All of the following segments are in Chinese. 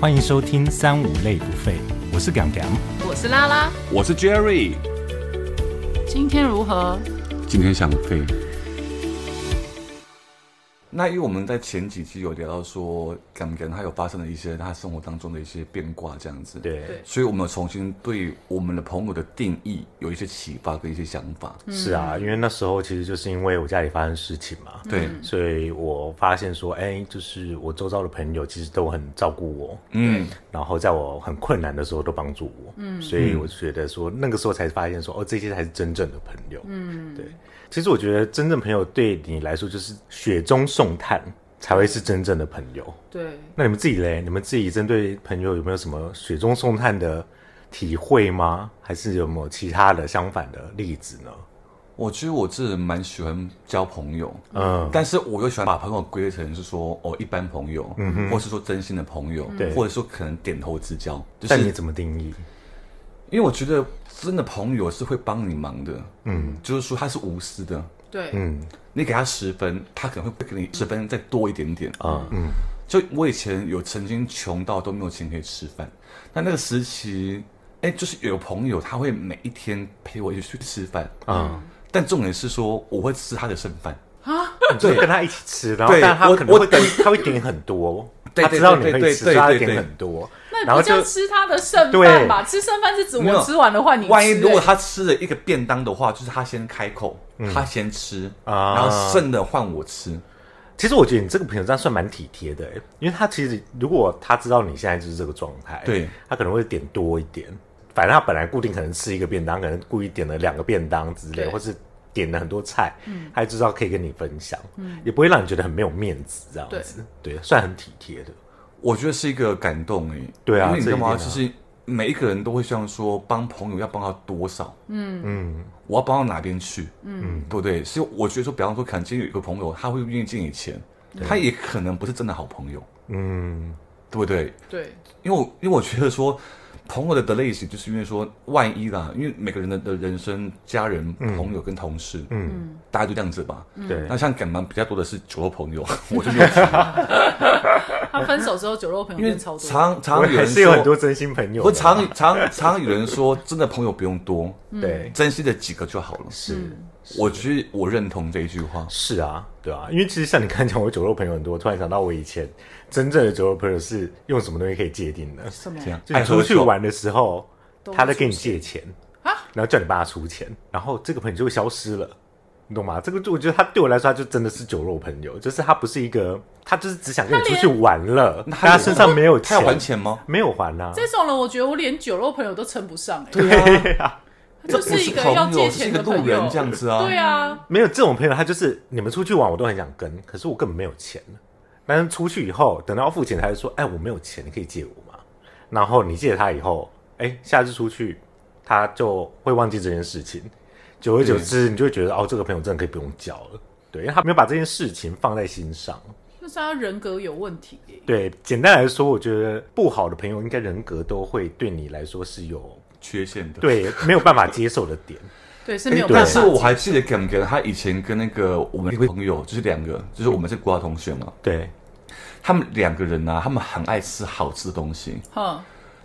欢迎收听三五类不废，我是 Gang Gang。我是拉拉，我是 Jerry，今天如何？今天想飞。那因为我们在前几期有聊到说，感感他有发生了一些他生活当中的一些变卦这样子，，对，所以我们重新对我们的朋友的定义有一些启发跟一些想法，是啊，因为那时候其实就是因为我家里发生事情嘛，对，所以我发现说，哎，就是我周遭的朋友其实都很照顾我，嗯，然后在我很困难的时候都帮助我，嗯，所以我觉得说那个时候才发现说，哦，这些才是真正的朋友，嗯，对。其实我觉得真正朋友对你来说就是雪中送炭才会是真正的朋友。对，那你们自己嘞？你们自己针对朋友有没有什么雪中送炭的体会吗？还是有没有其他的相反的例子呢？我觉得我自己蛮喜欢交朋友，嗯，但是我又喜欢把朋友归类成是说哦一般朋友，嗯或是说真心的朋友，对或者说可能点头之交，就但你是怎么定 义？因为我觉得真的朋友是会帮你忙的，嗯，就是说他是无私的，对，你给他十分，他可能会给你十分再多一点点啊啊。嗯，就我以前有曾经穷到都没有钱可以吃饭，那那个时期，哎，就是有朋友他会每一天陪我一起去吃饭啊。但重点是说，我会吃他的剩饭，对，跟他一起吃，然后对但他我可能会我等点，他会点很多， 对他知道你对对会吃，所对以他对对点对很多，那然你后不就叫吃他的剩对饭吧？吃剩饭是指没有我吃完的话，你吃、万一如果欸他吃了一个便当的话，就是他先开口，他先吃，啊然后剩的换我吃。其实我觉得你这个朋友这样算蛮体贴的、欸，因为他其实如果他知道你现在就是这个状态，对，他可能会点多一点。反正他本来固定可能吃一个便当，可能故意点了两个便当之类，对嗯或是点了很多菜，他也知道可以跟你分享，也不会让你觉得很没有面子这样子，对，算很体贴的。我觉得是一个感动诶、对啊因为你知道吗？这就一是每一个人都会希望说，帮朋友要帮到多少，嗯嗯，我要帮到哪边去，嗯，对不对？所以我觉得说，比方说，可能今天有一个朋友，他会愿意借你钱，他也可能不是真的好朋友，嗯，对不对？对因为我因为我觉得说，朋友的的类型，就是因为说，万一啦，因为每个人的的人生、家人、朋友跟同事，嗯，大家就这样子吧。嗯对那，像感蛮比较多的是酒肉朋友，我就没有提，他分手之后酒肉朋友 因为变超常多，常常我有还人是有说很多真心朋友的，我常常常有人说，真的朋友不用多，嗯对，珍惜的几个就好了。是。我觉得我认同这一句话。是啊，对啊，因为其实像你刚才讲，我酒肉朋友很多，我突然想到我以前真正的酒肉朋友是用什么东西可以界定的？什么这样就你出去，玩的时候，都会他在跟你借钱啊然后叫你帮他出钱，然后这个朋友就会消失了，你懂吗？这个就我觉得他对我来说，他就真的是酒肉朋友，就是他不是一个，他就是只想跟你他出连去玩了，那但他有他身上没有他钱，要还钱吗？没有还啊，这种人，我觉得我连酒肉朋友都称不上、欸，对啊，他 就不是一个要朋借友，是一钱个的路朋友人这样子啊。对啊，没有这种朋友，他就是你们出去玩，我都很想跟，可是我根本没有钱。但是出去以后，等到要付钱，他就说：“哎，我没有钱，你可以借我吗？”然后你借他以后，哎，下次出去他就会忘记这件事情。久而久之，你就会觉得哦，这个朋友真的可以不用交了。对，因为他没有把这件事情放在心上。就是他人格有问题、欸对，简单来说，我觉得不好的朋友应该人格都会对你来说是有缺陷的。对没有办法接受的点。对，是哎，没有办但法是解。我还记得耿耿，他以前跟那个我们一位朋友，就是两个，就是我们是国小同学嘛。对，他们两个人啊，他们很爱吃好吃的东西。哼，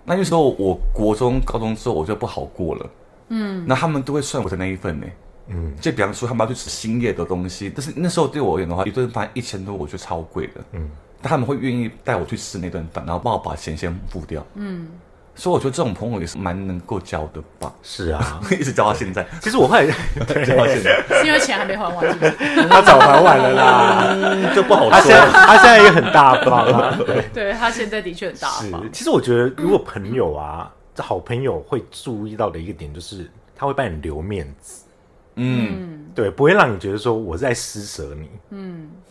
那那时候我国中、高中之后，我就不好过了。嗯，那他们都会算我的那一份呢、嗯，就比方说他们要去吃兴业的东西，但是那时候对我而言的话，一顿饭一千多，我觉得超贵的。嗯，但他们会愿意带我去吃那顿饭，然后帮我把钱先付掉。嗯，所以我觉得这种朋友也是蛮能够交的吧， 是啊。 一直交到现在，其实我后来 交到现在，是因为钱还没还完，是 不是？他早还完了啦。嗯，就不好他现在说。他现在也很大方啊。对，对他现在的确很大嗯方，是。其实我觉得，如果朋友啊，这好朋友会注意到的一个点就是，他会帮你留面子，嗯对，不会让你觉得说我在施舍你。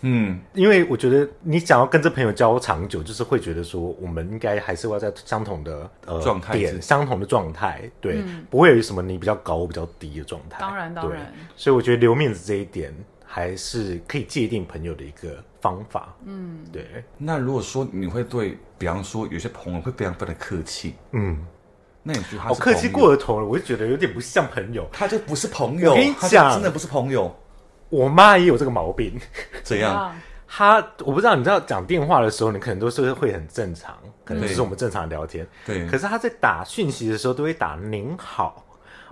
嗯，因为我觉得你想要跟这朋友交长久，就是会觉得说，我们应该还是要在相同的呃状态之点，相同的状态，对，不会有什么你比较高，我比较低的状态。嗯当然当然对，所以我觉得留面子这一点还是可以界定朋友的一个方法。嗯，对，那如果说你会对，比方说有些朋友会非常非常的客气，嗯。那你觉得他好是哦客气朋友过了头了，我就觉得有点不像朋友。他就不是朋友，我跟你他就讲真的不是朋友，我妈也有这个毛病， 怎怎样？样？他我不知道，你知道讲电话的时候，你可能都是会很正常，可能对就是我们正常聊天。对可是他在打讯息的时候，都会打“您好”，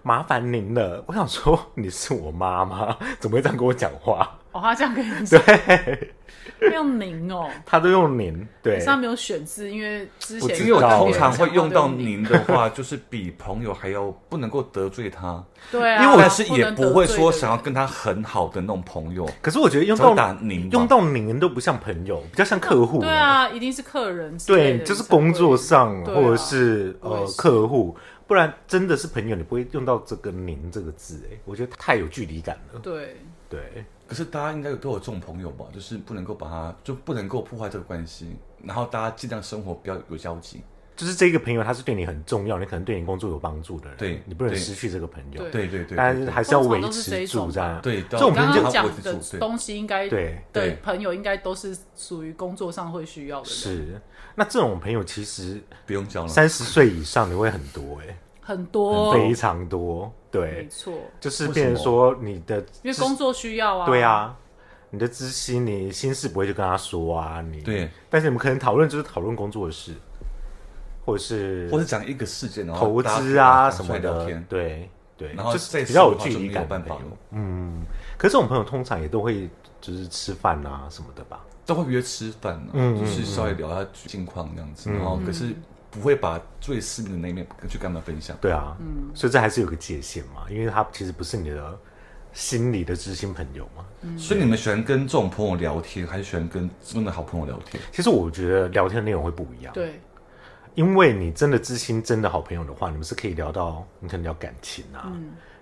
麻烦您了。我想说，你是我妈妈， 怎么会这样跟我讲话？哦，他这样跟你说，对，用您哦，他都用“您”，对可是，他没有选字，因为之我前因为我知道通常有会 用到讲您的话，就是比朋友还要不能够得罪他，对啊，因为我是也能不会得罪说的想要人跟他很好的那种朋友，可是我觉得用只会到打您吧用到“您”都不像朋友，比较像客户。对啊，一定是客人之类对，的，就是工作上对啊或者是我呃也是客户，不然真的是朋友，你不会用到这个“您”这个字。哎，我觉得太有距离感了你才会。对。对，可是大家应该有都有这种朋友吧，就是不能够把他就不能够破坏这个关系，然后大家尽量生活不要有交集。就是这个朋友他是对你很重要，你可能对你工作有帮助的人，对你不能对失去这个朋友。对对对，但对是对还是要维通常都是这持一住种这样。对这当种刚朋友然刚我讲只的做对东西应该对对对朋友应该都是属于工作上会需要的人，是，那这种朋友其实不用交了。三十岁以上你会很多哎、很多非常多。对哦没，错，就是为变成什么说你的因为知工作需要啊。对，啊，你的知心，你心事不会去跟他说啊，你对，但是你们可能讨论就是讨论工作的事，或者是或者讲一个事件，然后投大家可以资啊拿出来什么聊的天，，对对，然后就是再比较次有的话距就离没有感的办朋法友了。嗯，可是这种朋友通常也都会就是吃饭啊什么的吧？都会约吃饭啊，嗯就是稍微聊一下近况这样子，然后可是不会把最私密的那一面去跟他们分享。对啊，嗯，所以这还是有个界限嘛，因为他其实不是你的心里的知心朋友嘛。所以你们喜欢跟这种朋友聊天，还是喜欢跟真的好朋友聊天？其实我觉得聊天内容会不一样，对，因为你真的知心、真的好朋友的话，你们是可以聊到，你可能聊感情啊，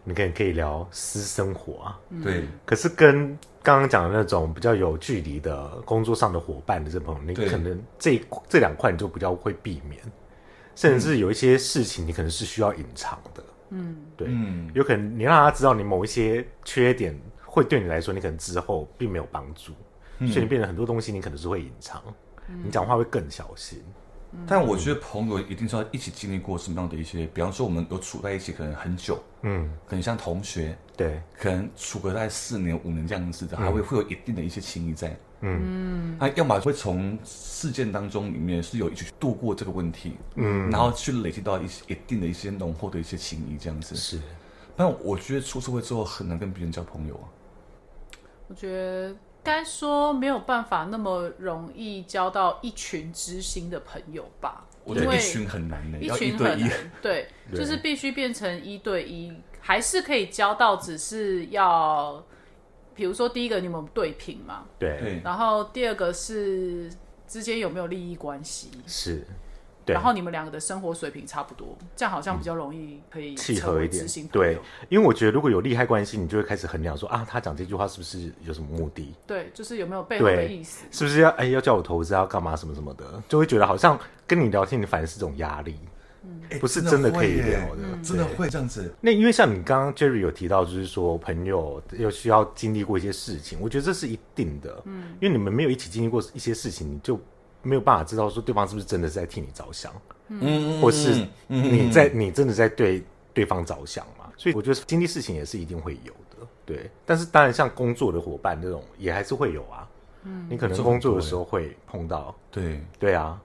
你可能可以聊私生活啊。对，可是跟刚刚讲的那种比较有距离的工作上的伙伴的这朋友，你对可能这一这两块你就比较会避免，甚至有一些事情你可能是需要隐藏的。嗯，对，嗯，有可能你让他知道你某一些缺点，会对你来说，你可能之后并没有帮助，所以你变成很多东西，你可能是会隐藏，嗯你讲话会更小心。但我觉得朋友一定是要一起经历过什么样的一些，比方说我们有处在一起可能很久，嗯，可能像同学，对，可能处个在四年五年这样子的，嗯还会会有一定的一些情谊在。嗯，他要么会从事件当中里面是有一起去度过这个问题，嗯，然后去累积到一些一定的一些浓厚的一些情谊这样子。是但我觉得出社会之后很难跟别人交朋友啊。我觉得该说没有办法那么容易交到一群知心的朋友吧，我因觉得为一群很难的、一要一群对很一难。 对，就是必须变成一对一，还是可以交到，只是要，比如说第一个你们对平嘛，对，对，然后第二个是之间有没有利益关系，是，对然。后你们两个的生活水平差不多，这样好像比较容易可以契成合为一点知心，朋对友。，因为我觉得如果有利害关系，你就会开始衡量说啊，他讲这句话是不是有什么目的？对，就是有没有背后的意思？是不是要哎要叫我投资啊，要干嘛什么什么的，就会觉得好像跟你聊天，你反而是种压力。哎不是真的可以会耶聊的嗯哎真的会这样子。那因为像你刚刚 Jerry 有提到，就是说朋友有需要经历过一些事情，我觉得这是一定的，嗯，因为你们没有一起经历过一些事情，你就没有办法知道说对方是不是真的是在替你着想，嗯或是嗯你在你真的在对对方着想嘛，所以我觉得经历事情也是一定会有的，对。但是当然，像工作的伙伴这种也还是会有啊，嗯，你可能工作的时候会碰到，对，对啊，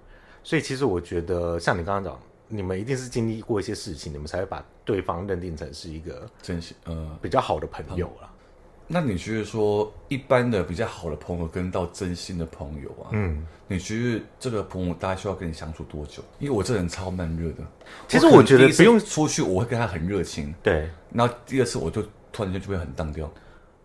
所以其实我觉得，像你刚刚讲，你们一定是经历过一些事情，你们才会把对方认定成是一个真是呃，比较好的朋友啦。那你觉得说一般的比较好的朋友跟到真心的朋友啊，嗯，你觉得这个朋友大概需要跟你相处多久？因为我这人超慢热的。其实可能我觉得第一次不用出去，我会跟他很热情，对，然后第二次我就突然间就会很淡掉。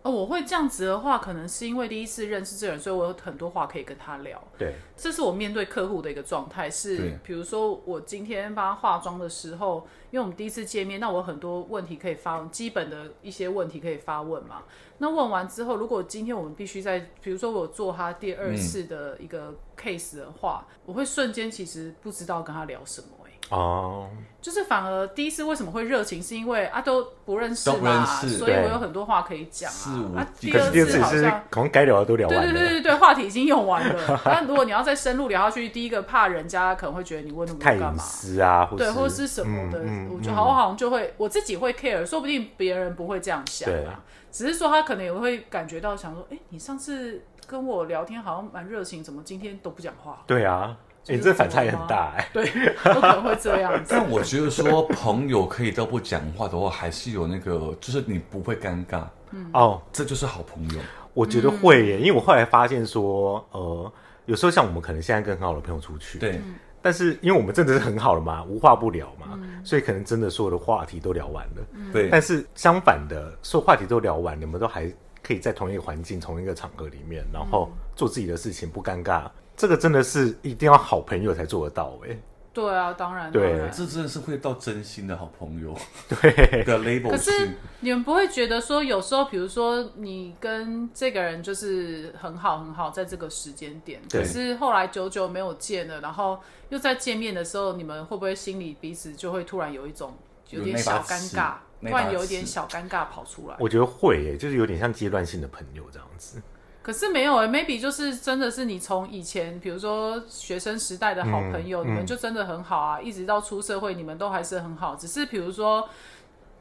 哦，我会这样子的话，可能是因为第一次认识这个人，所以我有很多话可以跟他聊。对，这是我面对客户的一个状态，是对比如说我今天帮他化妆的时候，因为我们第一次见面，那我有很多问题可以发问，基本的一些问题可以发问嘛。那问完之后，如果今天我们必须在，比如说我做他第二次的一个 case 的话，我会瞬间其实不知道跟他聊什么、欸。哦，就是反而第一次为什么会热情，是因为啊都不认识都不嘛，认识所以对我有很多话可以讲肆啊无。啊，忌第可惮二是第二次次也好是像可能该聊的都聊对完对对了，对对，话题已经用完 了。但如果你要再深入聊下去，第一个怕人家可能会觉得你问那么太多干隐嘛，私啊，或对，是或者是什么的，嗯嗯我觉得好我好像就会我自己会 care，说不定别人不会这样想对啊。只是说他可能也会感觉到想说，哎、你上次跟我聊天好像蛮热情，怎么今天都不讲话？对啊，就你、是这反差也很大哎、对，有可能会这样 子。但我觉得说朋友可以都不讲话的话，还是有那个，就是你不会尴尬，嗯哦，这就是好朋友。我觉得会耶，因为我后来发现说，呃，有时候像我们可能现在跟很好的朋友出去，，对，嗯但是因为我们真的是很好了嘛，无话不聊嘛，嗯所以可能真的所有的话题都聊完了。对，但是相反的，所有话题都聊完，你们都还可以在同一个环境、同一个场合里面，然后做自己的事情，不尴尬。这个真的是一定要好朋友才做得到嗯哎、对啊，当然。对当然这真的是会到真心的好朋友对，的 label 可是去你们不会觉得说，有时候比如说你跟这个人就是很好很好，在这个时间点，对可是后来久久没有见了，然后又再见面的时候，你们会不会心里彼此就会突然有一种有点小尴尬，有那把尺突然有一点小尴尬跑出来？我觉得会耶，就是有点像阶段性的朋友这样子。可是没有哎、m a y b e 就是真的是你从以前，比如说学生时代的好朋友，嗯你们就真的很好啊，一直到出社会，你们都还是很好。只是比如说，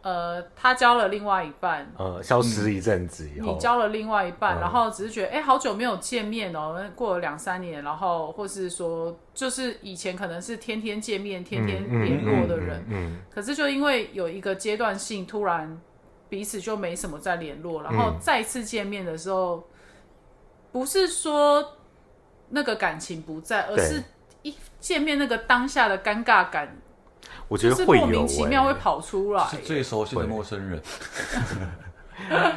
呃，他交了另外一半，呃，消失一阵子以你后，交了另外一半，嗯然后只是觉得哎、诶好久没有见面哦，过了两三年，然后或是说，就是以前可能是天天见面、天天联络的人，嗯，可是就因为有一个阶段性，突然彼此就没什么再联嗯络，然后再次见面的时候，不是说那个感情不在，而对是一见面那个当下的尴尬感，我觉就得是会莫有欸名其妙会耶，跑出来是。最熟悉的陌生人，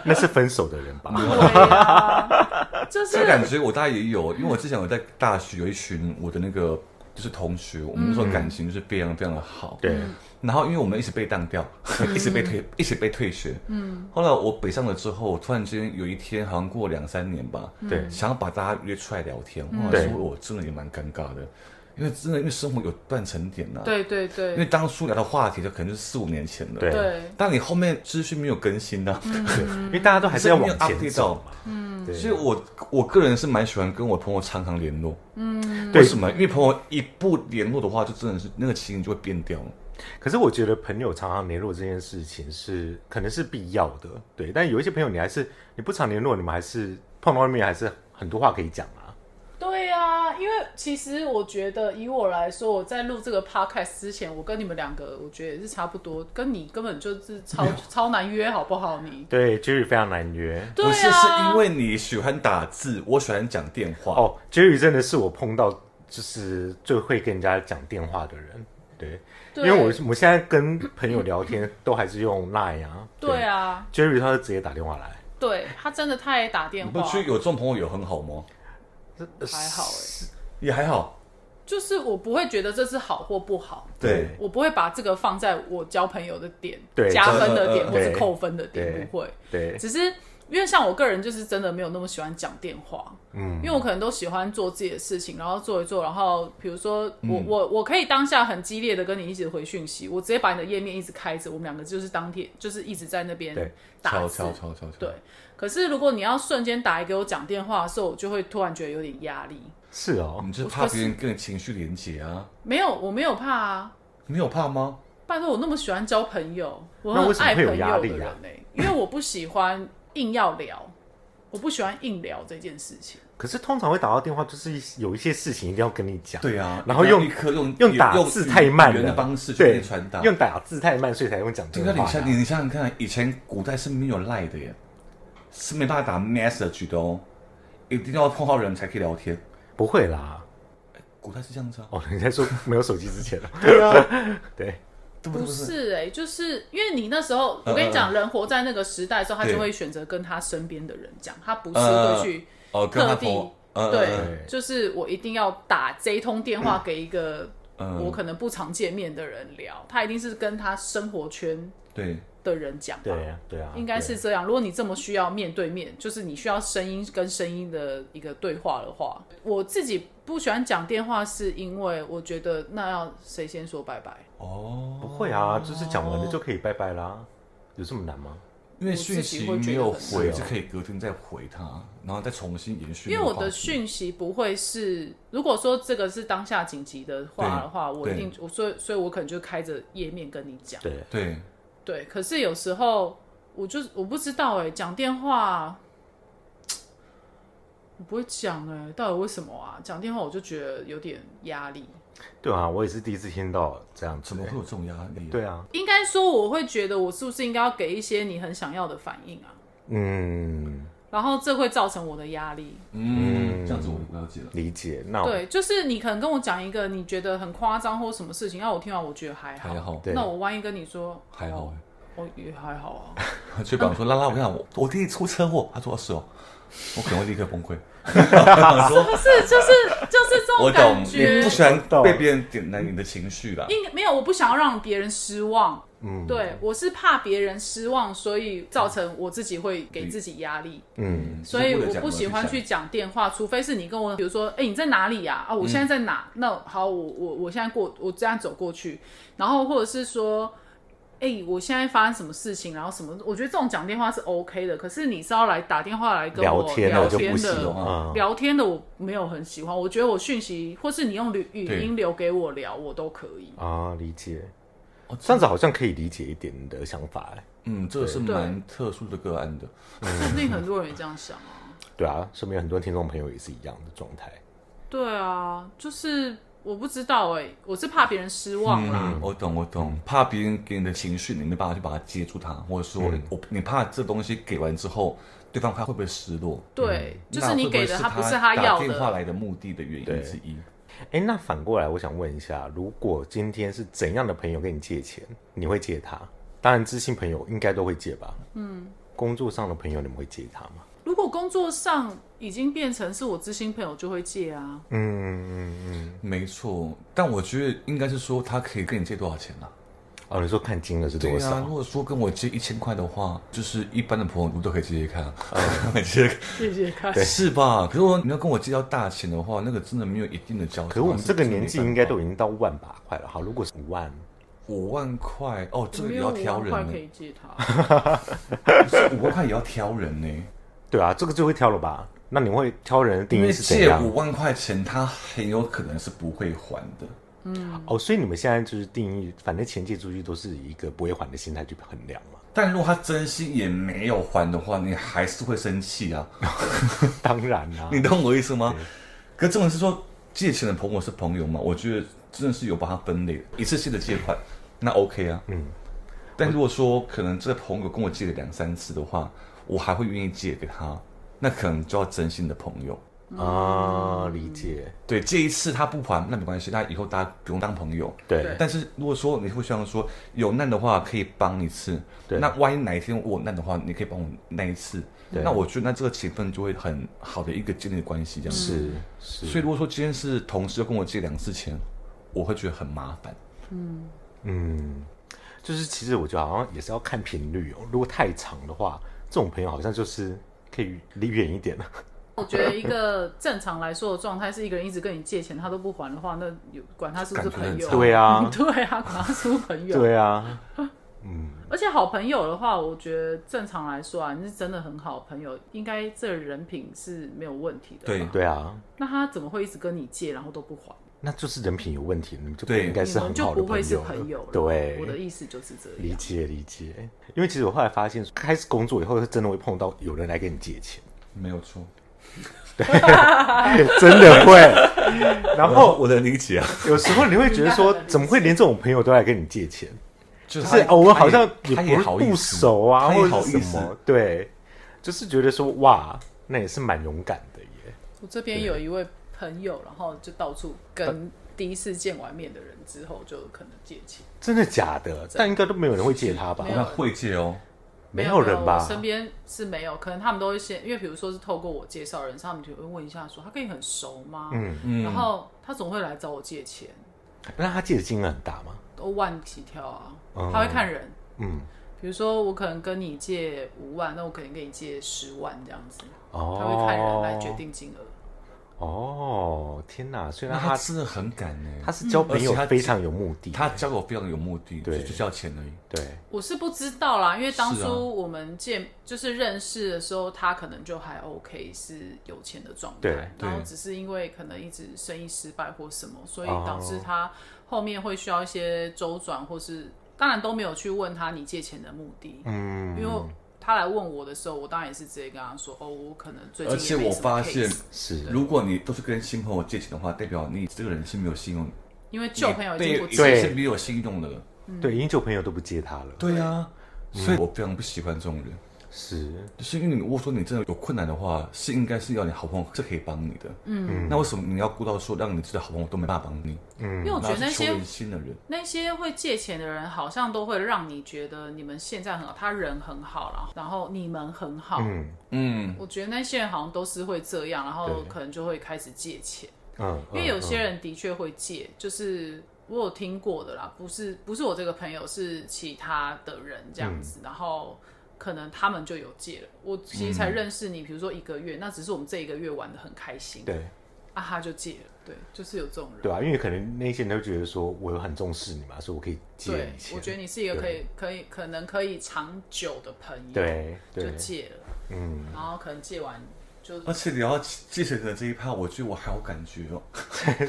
那是分手的人吧？嗯对啊，就是 这感觉我大概也有，因为我之前我在大学有一群我的那个就是同学，我们那时候感情就是非常非常的好，对，然后因为我们一直被当掉， 一直被退，一直被退学。嗯，后来我北上了之后，突然间有一天，好像过两三年吧，对想要把大家约出来聊天，哇，对说我真的也蛮尴尬的，因为真的因为生活有断层点呐、，对对对，因为当初聊的话题就可能是四五年前了，对对，但你后面资讯没有更新的、因为大家都还是要往你没前有 update 走到嘛。嗯，对所以我我个人是蛮喜欢跟我朋友常常联络。嗯，对为什么？因为朋友一不联络的话，就真的是那个情就会变掉了。可是我觉得朋友常常联络这件事情是可能是必要的，对。但有一些朋友你还是你不常联络，你们还是碰到面还是很多话可以讲啊。对啊，因为其实我觉得以我来说，我在录这个 podcast 之前，我跟你们两个，我觉得也是差不多，跟你根本就是超超难约，好不好你？对，Jerry 非常难约。对不是，是啊，因为你喜欢打字，我喜欢讲电话。哦，Jerry 真的是我碰到就是最会跟人家讲电话的人，对。对因为我我现在跟朋友聊天都还是用 Line 啊。对啊， ，Jerry 他是直接打电话来。对他真的太爱打电你话不，觉得有这种朋友有很好吗？还好哎、也还好。就是我不会觉得这是好或不好，对我不会把这个放在我交朋友的点对加分的点呃或是对扣分的点，对不会。对，只是因为像我个人就是真的没有那么喜欢讲电话，嗯，因为我可能都喜欢做自己的事情，然后做一做，然后比如说我、嗯我我可以当下很激烈的跟你一起回讯息，我直接把你的页面一直开着，我们两个就是当天就是一直在那边对打敲字敲，敲敲敲。对。可是如果你要瞬间打来给我讲电话的时候，我就会突然觉得有点压力。是哦，你就是我怕就是别人跟你情绪连结啊？没有，我没有怕啊。你有怕吗？拜托，我那么喜欢交朋友，我那很为什么爱会朋友有的压力人啊呢、因为我不喜欢硬要聊，我不喜欢硬聊这件事情。可是通常会打到电话，就是有一些事情一定要跟你讲。对啊。然后用一颗用用打字太慢语了言的方式去对跟你传达。用打字太慢，所以才用讲这电个话你啊。像你你想想看，以前古代是没有赖的耶，是没办法打 message 的哦，一定要碰到人才可以聊天。不会啦，古代是这样子啊？哦，人家说没有手机之前了，对啊， 对对不不对？不是哎、就是因为你那时候，嗯我跟你讲，人活在那个时代的时候，他对就会选择跟他身边的人讲，他不是呃会去哦，跟特他地朋呃对，就是我一定要打这一通电话给一个嗯我可能不常见面的人聊，他一定是跟他生活圈嗯对的人讲吧。对啊对啊，应该是这样。如果你这么需要面对面，就是你需要声音跟声音的一个对话的话，我自己不喜欢讲电话，是因为我觉得那要谁先说拜拜？对哦，不会啊，就是讲完了就可以拜拜啦，有这么难吗？因为讯息没有回啊我自己会觉得很是可以隔天再回他，然后再重新延续因为那个我话题。的讯息不会是，如果说这个是当下紧急的话的话，对我一定，我所以所以我可能就开着页面跟你讲。对，对对，可是有时候我就是我不知道哎、讲电话，我不会讲哎、到底为什么啊？讲电话我就觉得有点压力。对啊，我也是第一次听到这样子怎么的。会有这种压力？，对啊，应该说，我会觉得我是不是应该要给一些你很想要的反应啊？嗯，然后这会造成我的压力。嗯，这样子我了解了。理解。哦那我对，就是你可能跟我讲一个你觉得很夸张或什么事情，啊那我听完我觉得还好。还好对那我万一跟你说，还好我也还好啊。哎，崔宝说拉拉，我跟你讲，我我弟弟出车祸，他说啊是哦，我可能会立刻 崩溃。 我说不是，就是就是这我种懂，感你觉不。喜欢懂被别人点燃你的情绪啦。应没有，我不想要让别人失望。嗯，对我是怕别人失望，所以造成我自己会给自己压力，嗯，所以是为了我讲不而喜欢讲去讲电话，除非是你跟我，比如说，哎、你在哪里呀、啊？我现在在哪？那好，我我我现在过，我这样走过去，然后或者是说。哎、我现在发生什么事情，然后什么？我觉得这种讲电话是 OK 的，可是你是要来打电话来跟聊我天聊我就天不的喜了欢。嗯聊天的我没有很喜欢，我觉得我讯息或是你用语语对音留给我聊，我都可以。啊，理解哦。这样子好像可以理解一点你的想法、欸，嗯，这个是对蛮特殊的个案的。说不定很多人也这样想啊。对啊，身边很多听众朋友也是一样的状态。嗯对啊，就是我不知道哎、我是怕别人失望啦。嗯，我懂，我懂，怕别人给你的情绪，你没办法去把它接住它，或者说，我你怕这东西给完之后，对方他会不会失落？对，就嗯那是你会会给的是他不是他他要打电话的。来的目的的原对因之一。哎、那反过来，我想问一下，如果今天是怎样的朋友跟你借钱，你会借他？当然，知心朋友应该都会借吧。嗯，工作上的朋友，你们会借他吗？如果工作上已经变成是我知心朋友，就会借啊。嗯嗯嗯。没错，但我觉得应该是说他可以跟你借多少钱啦、哦，你说看金额是对多少？啊，如果说跟我借一千块的话，就是一般的朋友都可以借借看啊， 借谢谢开是吧？可是我你要跟我借到大钱的话，那个真的没有一定的交情啊。可是我们这个年纪应该都有已经到万把块了。好，如果是五万，五万块哦，这个没也有要五挑万人块呢可以借他，五万块也要挑人呢、对啊，这个就会挑了吧？那你会挑人的因定为义是怎借样？五万块钱，他很有可能是不会还的。哦，所以你们现在就是定义，反正钱借出去都是以一个不会还的心态去衡量嘛。但如果他真心也没有还的话，你还是会生气啊！当然啊啦、 你懂我意思吗？可这种是说借钱的朋友是朋友嘛？我觉得真的是有把它分类，一次性的借款那 OK 啊。嗯，但如果说可能这个朋友跟我借了两三次的话，我还会愿意借给他，那可能就要真心的朋友。啊，理解。对，借一次他不还那没关系，那以后大家不用当朋友。对对但是如果说你会希望说有难的话可以帮一次，对那万一哪一天我有难的话，你可以帮我那一次，那我觉得那这个气氛就会很好的一个建立关系这样子。是是，所以如果说今天是同事要跟我借两次钱，我会觉得很麻烦。嗯，就是其实我觉得好像也是要看频率哦。如果太长的话，这种朋友好像就是可以离远一点了。我觉得一个正常来说的状态是一个人一直跟你借钱，他都不还的话，那有管他是不是感觉朋很友？差对啊， 对啊，管他是不是朋友？对啊，而且好朋友的话，我觉得正常来说啊，你是真的很好的朋友，应该这人品是没有问题的。对，对啊，那他怎么会一直跟你借，然后都不还？那就是人品有问题，你们就不对应该你是很们就好的不朋会是友了。朋友了。我的对，意思就是这理样。解理解。哎因为其实我后来发现，开始工作以后，是真的会碰到有人来跟你借钱，哎没有错。真 的会。然后我能理解啊，有时候你会觉得说 应该很理，解怎么会连这种朋友都来跟你借钱？就 就是啊他哦，我们好像他也他也也不好不意思熟啊，他也或者好是意什思么，，对，就是觉得说哇，那也是蛮勇敢的耶。我这边有一位朋友，然后就到处跟第一次见完面的人之后，就可能借钱。真的假的？但应该都没有人会借他吧没？那会借哦。没有人吧我？身边是没有，可能他们都会先，因为比如说是透过我介绍人，他们就会问一下说他跟你很熟吗？嗯，然后他总会来找我借钱。那他借的金额很大吗？都万起跳啊，哦他会看人。嗯，比如说我可能跟你借五万，那我可能跟你借十万这样子，他会看人来决哦定金额。哦，天哪！虽那然他他真的很敢呢、他是交朋友而且他非常有目的，他交我非常有目的，对就就是要钱而已。对我是不知道啦，因为当是啊初我们见、就是认识的时候，他可能就还 OK，是有钱的状对态，然后对只是因为可能一直生意失败或什么，所以哦导致他后面会需要一些周转，或是当然都没有去问他你借钱的目的，嗯，因为他来问我的时候，我当然也是直接跟他说，哦，我可能最近而且也没我什么发 case 现，是如果你都是跟新朋友借钱的话，代表你这个人是没有信用，因为旧朋友已经不对见对是没有信用的。对，已经旧朋友都不接他了，对啊，所以我非常不喜欢这种人。是就是因为你如果说你真的有困难的话，是应该是要你好朋友是可以帮你的。嗯，那为什么你要顾到说让你自己的好朋友都没办法帮你？因为我觉得那那是些求人心的人，那些会借钱的人，好像都会让你觉得你们现在很好，他人很好啦，然后你们很好。嗯嗯，我觉得那些人好像都是会这样，然后对可能就会开始借钱，嗯，因为有些人人的确会借，就是我有听过的啦，不是不是我这个朋友，是其他的人这样嗯子，然后。可能他们就有借了，我其实嗯才认识你，比如说一个月，那只是我们这一个月玩的很开心，对啊，他就借了，对，就是有这种人。对啊，因为可能那些人都觉得说我有很重视你嘛，所以我可以借对你，钱，我觉得你是一个可以可以可能可以长久的朋友，，对就对，戒了，嗯，然后可能戒完就呃而且聊到借钱的这一趴，我觉得我还有感觉哦。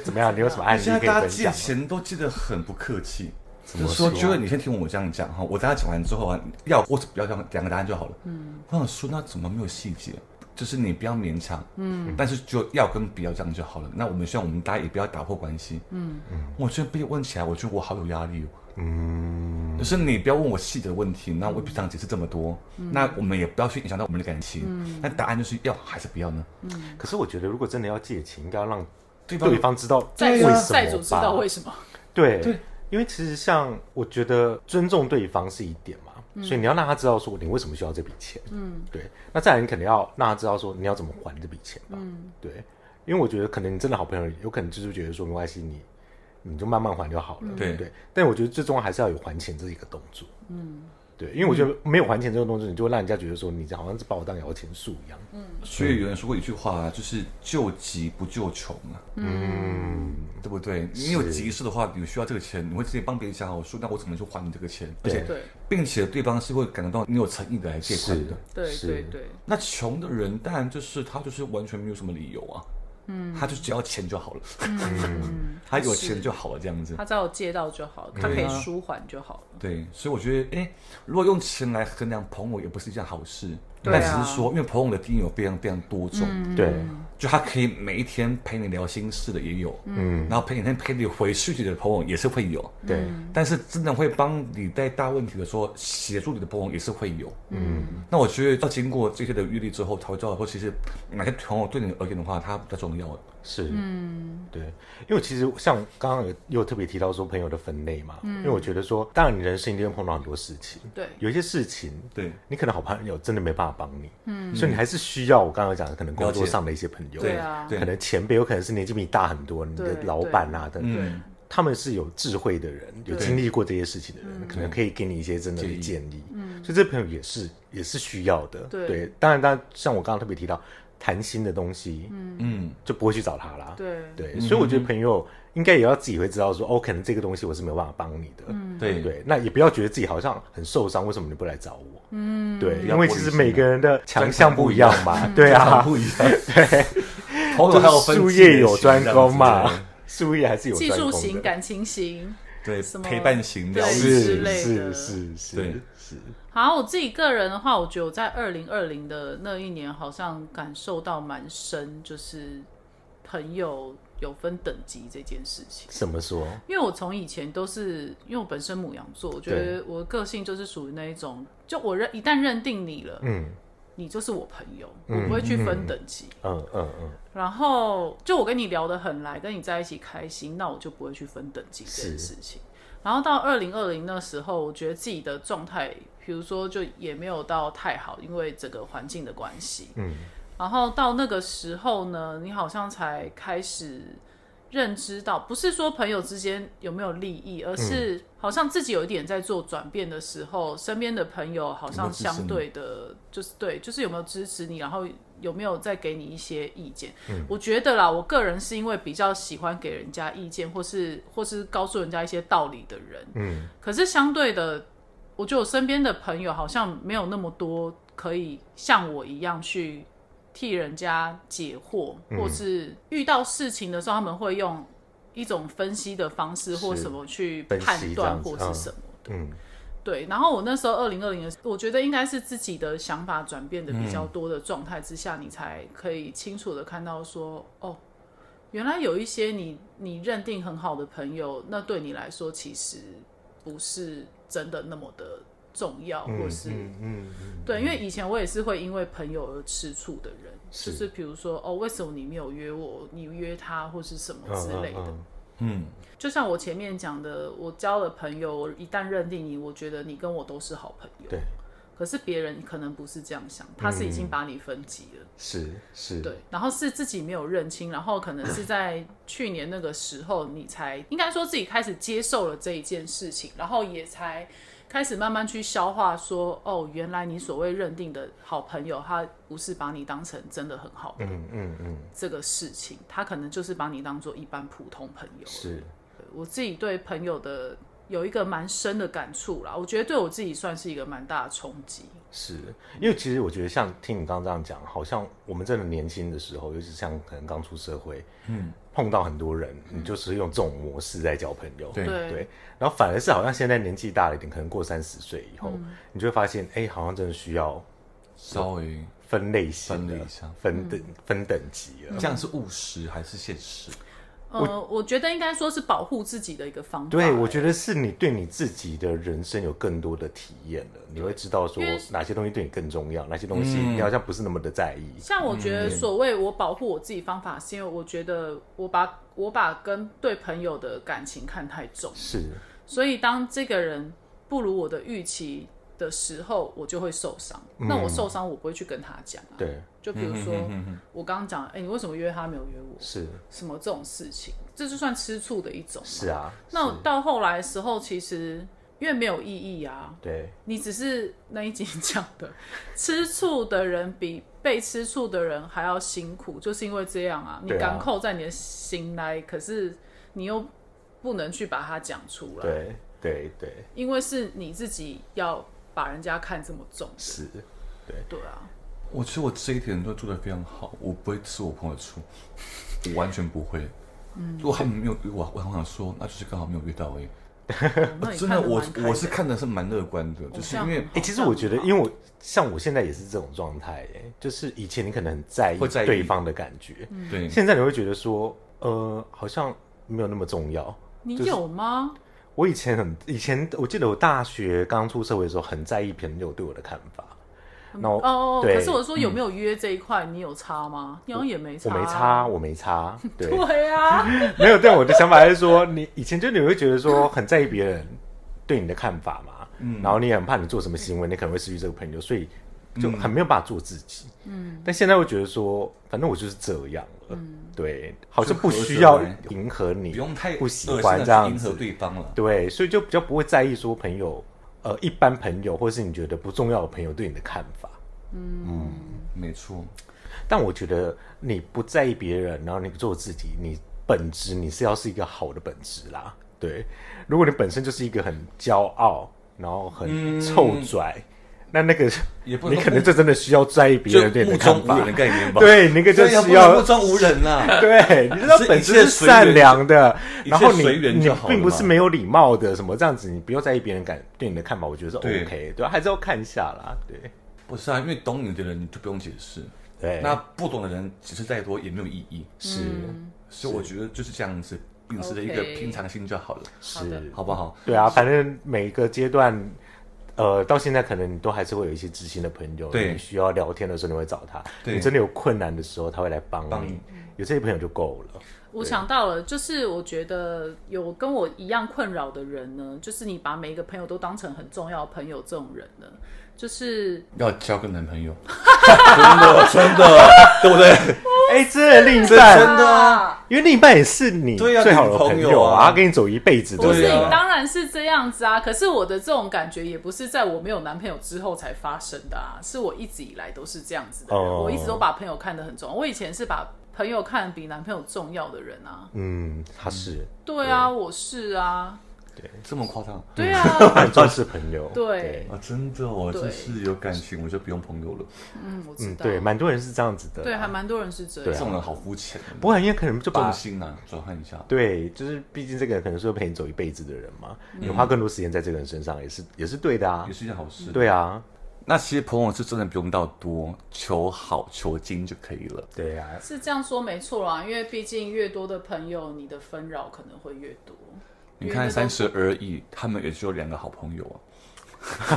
怎么样？你有什么案例现在可以大家分借享吗？钱都借得很不客气，么就是说，说就是你先听我这样讲哈，我大家讲完之后啊，要或者不要这样两个答案就好了。嗯，我想说，那怎么没有细节？就是你不要勉强，嗯，但是就要跟不要这样就好了。那我们希望我们大家也不要打破关系，嗯嗯。我觉得被问起来，我觉得我好有压力哦。嗯，就是你不要问我细的问题，那我也不想解释这么多，那我们也不要去影响到我们的感情。那答案就是要还是不要呢？可是我觉得如果真的要借钱，应该要让对方对方知道债为主什么债主知道吧为什么，对对因为其实像我觉得尊重对方是一点嘛，所以你要让他知道说你为什么需要这笔钱，嗯，对。那再来，你肯定要让他知道说你要怎么还这笔钱吧，嗯，对。因为我觉得可能你真的好朋友，有可能就是觉得说没关系，你你就慢慢还就好了，对对。但我觉得最终还是要有还钱这一个动作，嗯，对。因为我觉得没有还钱这个动作，你就会让人家觉得说你好像是把我当摇钱树一样，所以有人说过一句话、啊，就是救急不救穷啊。嗯，对不对？你有急事的话，你需要这个钱，你会直接帮别人想好说，那我怎么去还你这个钱？而且，对并且对方是会感觉到你有诚意的来借款的。对是对对，那穷的人，当然就是他就是完全没有什么理由啊。嗯，他就只要钱就好了。嗯， 他有钱就好了，这样子。他只要借到就好，嗯他可以啊舒缓就好了，对，所以我觉得，哎，如果用钱来衡量朋友，也不是一件好事。对啊但只是说，因为朋友的定义有非常非常多种。对，就他可以每一天陪你聊心事的也有，嗯，然后陪你天陪你回讯息的朋友也是会有，对，但是真的会帮你在大问题的时候协助你的朋友也是会有，嗯，那我觉得要经过这些的阅历之后，才会知道说其实哪些朋友对你而言的话，他比较重要。是，嗯，对，因为其实像刚刚有有特别提到说朋友的分类嘛，嗯因为我觉得说，当然你人生一定会碰到很多事情，对有一些事情对，你可能好朋友真的没办法帮你，嗯，所以你还是需要我刚刚讲的，可能工了作解上的一些朋友，对啊对可能前辈有可能是年纪比你大很多，你的对老板啊嗯等对等，他们是有智慧的人，有对嗯经历过这些事情的人，可能可以给你一些真的建议建议，嗯，所以这朋友也是也是需要的，对对，当然，当然像我刚刚特别提到谈心的东西，嗯，嗯，就不会去找他啦，对对，所以我觉得朋友应该也要自己会知道说，哦，可能这个东西我是没有办法帮你的，嗯对对，那也不要觉得自己好像很受伤，为什么你不来找我？嗯，对，要因为玻璃其实心每啊个人的强项不一样嘛，对啊， 不一样，对，朋友还有就是分术几类业有型专这样攻子嘛，术业还是有技专术攻型、的，感情型，对，什么陪伴型对疗愈之型是类的是是是，对是，好，我自己个人的话，我觉得我在二零二零的那一年，好像感受到蛮深，就是朋友有分等级这件事情。怎么说？因为我从以前都是，因为我本身母羊座，我觉得我的个性就是属于那一种，就我认一旦认定你了，嗯你就是我朋友，我不会去分等级。嗯嗯嗯，然后就我跟你聊得很来，跟你在一起开心，那我就不会去分等级这件事情。然后到二零二零那时候，我觉得自己的状态，比如说就也没有到太好，因为整个环境的关系。嗯。然后到那个时候呢，你好像才开始认知到，不是说朋友之间有没有利益，而是好像自己有一点在做转变的时候，身边的朋友好有没像有支持你相对的，就是对，就是有没有支持你，然后有没有再给你一些意见。我觉得啦，我个人是因为比较喜欢给人家意见，或是或是告诉人家一些道理的人。嗯，可是相对的，我觉得我身边的朋友好像没有那么多可以像我一样去替人家解惑，嗯或是遇到事情的时候，他们会用一种分析的方式或是什么去分析判这断样子或是什么的。嗯对，然后我那时候二零二零的，我觉得应该是自己的想法转变的比较嗯多的状态之下，你才可以清楚的看到说，哦，原来有一些你你认定很好的朋友，那对你来说其实不是真的那么的重要，或是、嗯嗯对，因为以前我也是会因为朋友而吃醋的人，是就是比如说哦，为什么你没有约我，你约他或是什么嗯之类的。嗯嗯，就像我前面讲的，我交了朋友，我一旦认定你，我觉得你跟我都是好朋友。对。嗯可是别人可能不是这样想，他是已经把你分级了，是是，对。然后是自己没有认清，然后可能是在去年那个时候，你才应该说自己开始接受了这一件事情，然后也才开始慢慢去消化说，哦，原来你所谓认定的好朋友，他不是把你当成真的很好的嗯嗯嗯，这个事情，他可能就是把你当做一般普通朋友。是我自己对朋友的有一个蛮深的感触啦，我觉得对我自己算是一个蛮大的冲击。是，因为其实我觉得像听你刚刚这样讲，好像我们真的年轻的时候，尤其像可能刚出社会，嗯，碰到很多人，你就是用这种模式在交朋友，对对对，然后反而是好像现在年纪大了一点，可能过三十岁以后，嗯你就会发现，哎、好像真的需要稍微分类型分的类一下分嗯等、分等级了。这样是务实还是现实？呃，我觉得应该说是保护自己的一个方法。对，我觉得是你对你自己的人生有更多的体验了，你会知道说因为哪些东西对你更重要，哪些东西嗯你好像不是那么的在意。像我觉嗯得所谓我保护我自己方法，是因为我觉得我把我把跟对朋友的感情看太重，是，所以当这个人不如我的预期的时候，我就会受伤。那我受伤，我不会去跟他讲、啊。，嗯对，嗯就比如说我刚刚讲，哎、你为什么约他没有约我？是什么这种事情，这就算吃醋的一种嘛。是啊，那是到后来的时候，其实因为没有意义啊，对你只是那一集讲的， 吃醋的人比被吃醋的人还要辛苦，就是因为这样啊，你对啊敢扣在你的心来，可是你又不能去把它讲出来，对对对因为是你自己要把人家看这么重，是，对啊， 我觉得我这一点都做得非常好，我不会吃我朋友的醋，我完全不会。嗯如果他们没有约我，我常常说，那就是刚好没有约到而已。哦那你真看的，得我蛮开我是的看的是蛮乐观的，就是因哦这样为很好哎、其实我觉得，这样很好因为我像我现在也是这种状态，哎，就是以前你可能很在意会在意嗯对方的感觉，嗯对，现在你会觉得说，呃，好像没有那么重要。你就是有吗？我以前很，以前我记得我大学刚出社会的时候，很在意朋友对我的看法。那我、哦，对嗯可是我说有没有约这一块，你有差吗？你好像也没差，啊我没差，，我没差， 对，对啊，没有。但我的想法是说，你以前就你会觉得说很在意别人对你的看法嘛，嗯然后你也很怕你做什么行为，你可能会失去这个朋友，所以就很没有办法做自己。嗯，但现在会觉得说，反正我就是这样了，嗯对，好像不需要迎合你，不用太不喜恶欢心这的去样迎合子，对方了。对，所以就比较不会在意说朋友，呃，一般朋友或是你觉得不重要的朋友对你的看法。没错，但我觉得你不在意别人，然后你做自己，你本质你是要是一个好的本质啦。对，如果你本身就是一个很骄傲，然后很臭拽，那那个也不你能可能就真的需要在意别就人对你目的看中无法人。的概念吧。 对，那个就对呀，是不能要目中无人 啦。对，你知道是本一身切是随缘善就良的，一然切后你随缘你就好了并不嘛是没有礼貌的什么这样子，你不要在意别人感对你的看法，我觉得是对 OK，对吧，还是要看一下啦，对不是啊，因为懂你的人你就不用解释，对，那不懂的人解释再多也没有意义。是所以我觉得就是这样子，秉持着一个 OK 平常心就好了，好的 是，好不好？对啊，反正每一个阶段，呃，到现在可能你都还是会有一些知心的朋友，对你需要聊天的时候你会找他，对你真的有困难的时候他会来帮帮你你，有这些朋友就够了，我想到了，就是我觉得有跟我一样困扰的人呢，就是你把每一个朋友都当成很重要的朋友这种人呢，就是要交个男 朋友，真的真的，对不对？哎，真的另一真半，的啊啊，因为另一半也是你对啊最好的你朋朋友友啊啊，跟你走一辈子的不是，对啊人，当然是这样子啊。可是我的这种感觉也不是在我没有男朋友之后才发生的啊，是我一直以来都是这样子的人。哦我一直都把朋友看得很重要，我以前是把朋友嗯看得比男朋友重要的人啊。嗯，他是。对啊，我是啊。这么夸张啊？对啊，很重视朋友。 对真的哦，对真是有感情我就不用朋友了。嗯，我知嗯，道，对，蛮多人是这样子的。对，还蛮多人是这对这啊样，种人好肤浅哦，不过因为可能就把重心啊，转换一下。对，就是毕竟这个人可能是会陪你走一辈子的人嘛，嗯你花更多时间在这个人身上也是也是对的啊也。是一件好事。，对啊，那其实朋友是真的不用到多，求好求精就可以了。对啊，是这样说没错啦，因为毕竟越多的朋友，你的纷扰可能会越 多。你看《因为三那十而已》，他们也只有两个好朋友啊。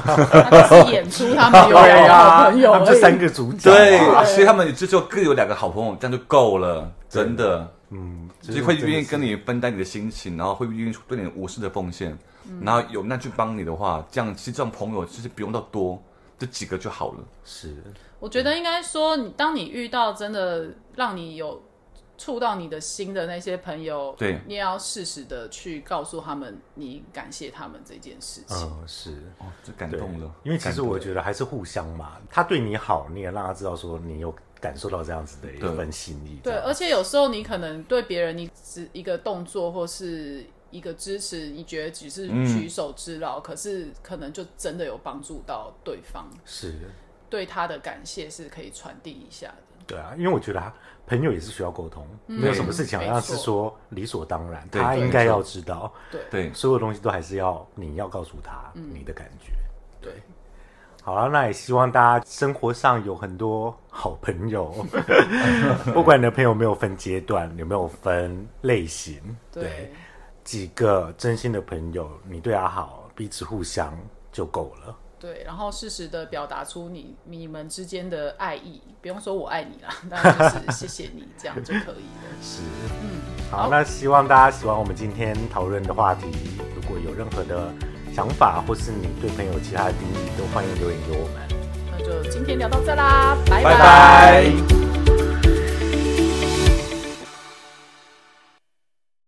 都，他只是演出 啊他 们有啊两个好朋友他们而就已。三个主角。啊对，所以他们也只有各有两个好朋友，这样就够了，真的。嗯，就就是是会真的愿意是跟你分担你的心情，然后会愿意对你无私的奉献，然后有那去帮你的话，这样其实这种朋友就是不用到多，这几个就好了。是我觉得应该说，你当你遇到真的让你有触到你的心的那些朋友，对你也要适时的去告诉他们你感谢他们这件事情。嗯是。哦，这感对动了，因为其实感动我觉得还是互相嘛，他对你好，你也让他知道说你有感受到这样子的一对份心意。对，这样而且有时候你可能对别人，你只一个动作或是一个支持，你觉得只是嗯举手之劳，可是可能就真的有帮助到对方，是对他的感谢是可以传递一下的。对啊，因为我觉得他朋友也是需要沟通，嗯没有什么事情好像是说理所当然，对他对应没该错要知道，对对，所有东西都还是要你要告诉他你的感觉。对，好了，那也希望大家生活上有很多好朋友， 不管你的朋友有没有分阶段，有没有分类型，对几个真心的朋友，你对他好，彼此互相就够了。对，然后适时的表达出你你们之间的爱意，不用说我爱你啦，但就是谢谢你，这样就可以了。是，嗯，好，那希望大家喜欢我们今天讨论的话题。如果有任何的想法，或是你对朋友其他的定义，都欢迎留言给我们。那就今天聊到这啦，拜拜拜